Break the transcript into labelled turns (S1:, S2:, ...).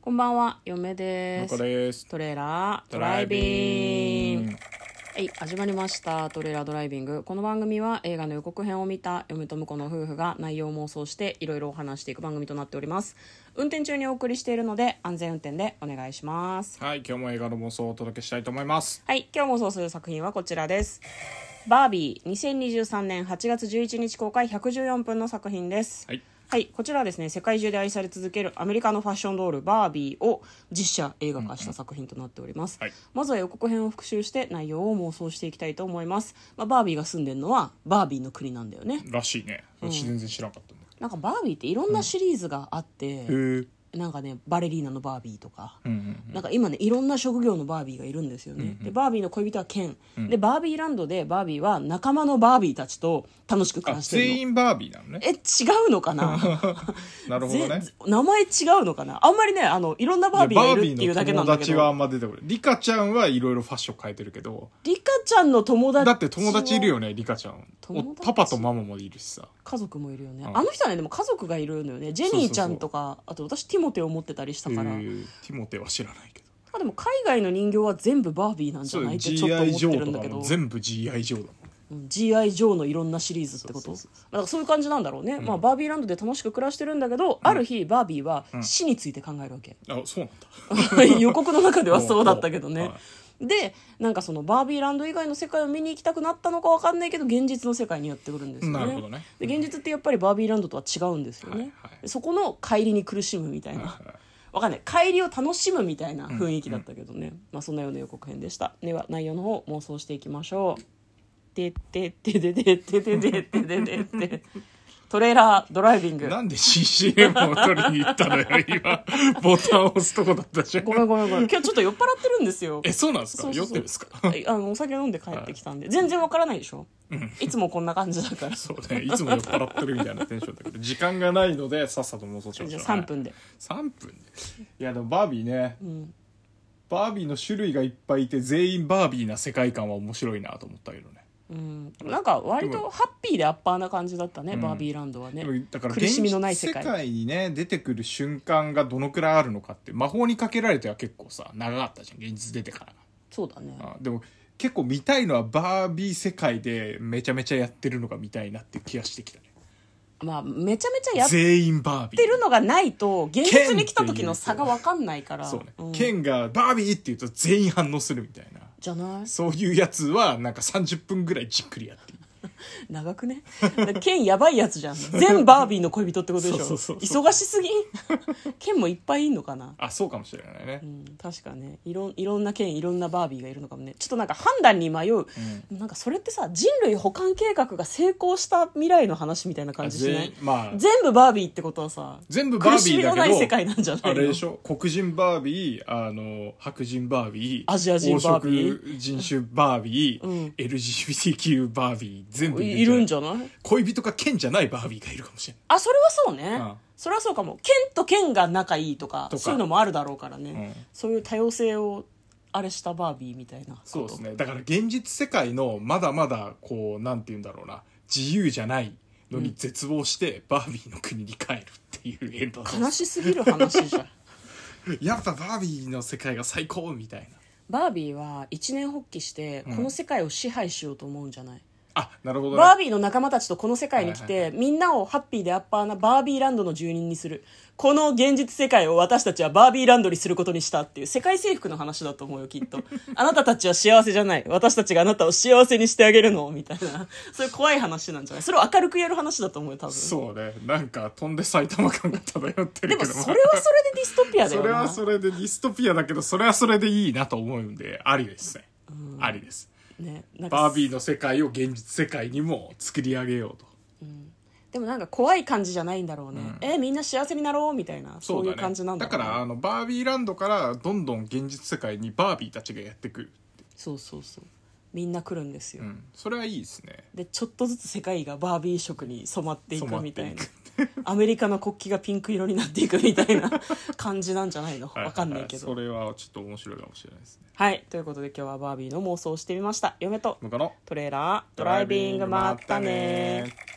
S1: こんばんは、嫁で
S2: こ
S1: す。
S2: です。
S1: トレーラード
S2: ド
S1: ラ
S2: ラ
S1: イ
S2: イ
S1: ビ
S2: ビ
S1: ン
S2: ン
S1: グ。はい、始まりました。トレーラードライビング。この番組は映画の予告編を見た嫁と婿の夫婦が内容を妄想していろいろお話していく番組となっております。運転中にお送りしているので安全運転でお願いします。
S2: はい、今日も映画の妄想をお届けしたいと思います。
S1: はい、今日妄想する作品はこちらです。バービー、2023年8月11日公開114分の作品です。
S2: はい。
S1: はい、こちらはですね世界中で愛され続けるアメリカのファッションドールバービーを実写映画化した作品となっております、
S2: はい
S1: まずは予告編を復習して内容を妄想していきたいと思います、まあ、バービーが住んでるのはバービーの国なんだよね
S2: らしいね。私全然知らなかったんだ
S1: なんかバービーっていろんなシリーズがあって、
S2: けど。へえ。
S1: なんかねバレリーナのバービーとか、
S2: うんうん。
S1: なんか今ねいろんな職業のバービーがいるんですよね、でバービーの恋人はケン、でバービーランドでバービーは仲間のバービーたちと楽しく暮
S2: あ、
S1: らしてるの
S2: 全員バービーなのね。
S1: え違うのかな
S2: なるほどね。
S1: ぜ名前違うのかなあんまりねあのいろんなバービーがいるっていうだけなんだ
S2: バービーの
S1: け
S2: 友達はあ
S1: ど
S2: んま出てこない。リカちゃんはいろいろファッション変えてるけど。
S1: リカちゃんの友達は
S2: だって友達いるよね、リカちゃん。
S1: 友達
S2: おパパとママもいるしさ。
S1: 家族もいるよね、
S2: うん
S1: あの人はねでも家族がいるのよねジェニーちゃんとかあと私ティモテを持ってたりした
S2: へえ
S1: から、
S2: ティモテは知らないけど。
S1: あでも海外の人形は全部バービーなんじ
S2: そ
S1: ゃ
S2: う
S1: ないってちょっと
S2: GI ジ
S1: 思っ
S2: ョ
S1: て
S2: ー
S1: るん
S2: と
S1: だ
S2: か
S1: けど
S2: も全部 GI ジョーだもん。
S1: うん GI ジョーのいろんなシリーズってことだ
S2: そうそうそ
S1: からそういう感じなんだろうね、まあ、バービーランドで楽しく暮らしてるんだけど、ある日バービーは死について考えるわけ、
S2: あ、そうなんだ。
S1: 予告の中ではそうだったけどね
S2: は、
S1: でなんかそのバービーランド以外の世界を見に行きたくなったのかわかんないけど現実の世界にやってくるんですよね
S2: なるほどね
S1: で現実ってやっぱりバービーランドとは違うんですよね、
S2: はいはい
S1: でそこの帰りに苦しむみたいな、 わかんない帰りを楽しむみたいな雰囲気だったけどね、まあ、そんなような予告編でしたでは内容の方妄想していきましょうででででででででででででトレーラードライビング
S2: なんで CCM を取りに行ったのよ、今。ボタンを押すとこだったじゃん。
S1: ごめんごめんごめん今日ちょっと酔っ払ってるんですよ
S2: え、そうなんですか
S1: そうそうそう
S2: 酔ってるんですか
S1: はいあのお酒飲んで帰ってきたんで、全然わからないでしょ、いつもこんな感じだからじ
S2: そうね。いつも酔っ払ってるみたいなテンションだけ ど、時間がないので、さっさと妄想しましょ
S1: ゃ
S2: う。
S1: あ3分で、
S2: はい。3分いや、でもバービーね。
S1: ん
S2: バービーの種類がいっぱいいて、全員バービーな世界観は面白いなと思ったけどね。
S1: うん、なんか割とハッピーでアッパーな感じだったね、バービーランドはね
S2: でもだから
S1: 苦しみのない世
S2: 現
S1: 界
S2: 実世界にね出てくる瞬間がどのくらいあるのかって魔法にかけられては結構さ長かったじゃん現実出てからが
S1: そうだね
S2: あでも結構見たいのはバービー世界でめちゃめちゃやってるのが見たいなって気がしてきたね
S1: まあめちゃめちゃやっ
S2: 全員バービー
S1: てるのがないと現実に来た時の差が分かんないから
S2: そうね、
S1: ん
S2: ケンが「バービー!」って言うと全員反応するみたいな
S1: じゃない
S2: そういうやつはなんか30分ぐらいじっくりやっていい
S1: 長くね ケンやばいや つじゃん全バービーの恋人ってことでしょ
S2: そうそうそう
S1: 忙しすぎん ケンもいっぱいいんのかな
S2: あそうかもしれないね、
S1: うん確かねいろんいろんな県いろんなバービーがいるのかもねちょっとなんか判断に迷う、なんかそれってさ人類保管計画が成功した未来の話みたいな感じしない
S2: あ全まあ
S1: 全部バービーってことはさ
S2: 全部バービーだ
S1: 苦しみのない世
S2: けど
S1: 界なんじゃない
S2: あ
S1: の
S2: れでしょ黒人バービーあの白人バービー
S1: アジア人バービー
S2: 黄色人種バービー、
S1: うん
S2: LGBTQ バービー全部
S1: いいるんじ
S2: ゃ
S1: ゃない
S2: 恋人かケンじゃないバービーがいるかもしれない
S1: あそれはそうね、
S2: ん
S1: それはそうかも県と県が仲いいとか
S2: とか
S1: そういうのもあるだろうからね、
S2: うん
S1: そういう多様性をあれしたバービーみたいなこと
S2: そうですねだから現実世界のまだまだこうなんて言うんだろうな自由じゃないのに絶望してバービーの国に帰るっていうエンド
S1: 悲しすぎる話 じゃん
S2: やっぱバービーの世界が最高みたいな
S1: バービーは一年発起してこの世界を支配しようと思うんじゃない、
S2: あなるほど
S1: バー
S2: ね
S1: ビーの仲間たちとこの世界に来て、
S2: はいは
S1: みんなをハッピーでアッパーなバービーランドの住人にするこの現実世界を私たちはバービーランドにすることにしたっていう世界征服の話だと思うよき っとあなたたちは幸せじゃない私たちがあなたを幸せにしてあげるのみたい なそういう怖い話なんじゃないそれを明るくやる話だと思うよ多分
S2: そうねなんか飛んで埼玉感が漂って
S1: で
S2: る
S1: も
S2: けど
S1: それはそれでディストピアだ
S2: そ
S1: よ
S2: れ
S1: な
S2: はそれでディストピアだけどそれはそれでいいなと思うんでありですねありです
S1: ねなんか
S2: バービーの世界を現実世界にも作り上げようと
S1: でもなんか怖い感じじゃないんだろうね、えみんな幸せになろうみたいなそう,、
S2: だ
S1: いう感じなんだ
S2: だか
S1: ろうね
S2: らあのバービーランドからどんどん現実世界にバービーたちがやってくる、
S1: そうそうそうみんな来るんですよ、
S2: うん、それはいいですね
S1: でちょっとずつ世界がバービー色に染まっていくみたいな
S2: 染
S1: アメリカの国旗がピンク色になっていくみた いな感じなんじゃないのわかんないけ
S2: は
S1: ど
S2: ははそれはちょっと面白いかもしれないですね
S1: はいということで今日はバービーの妄想をしてみました嫁と
S2: 向こうの
S1: トレーラードライビングまったね
S2: またね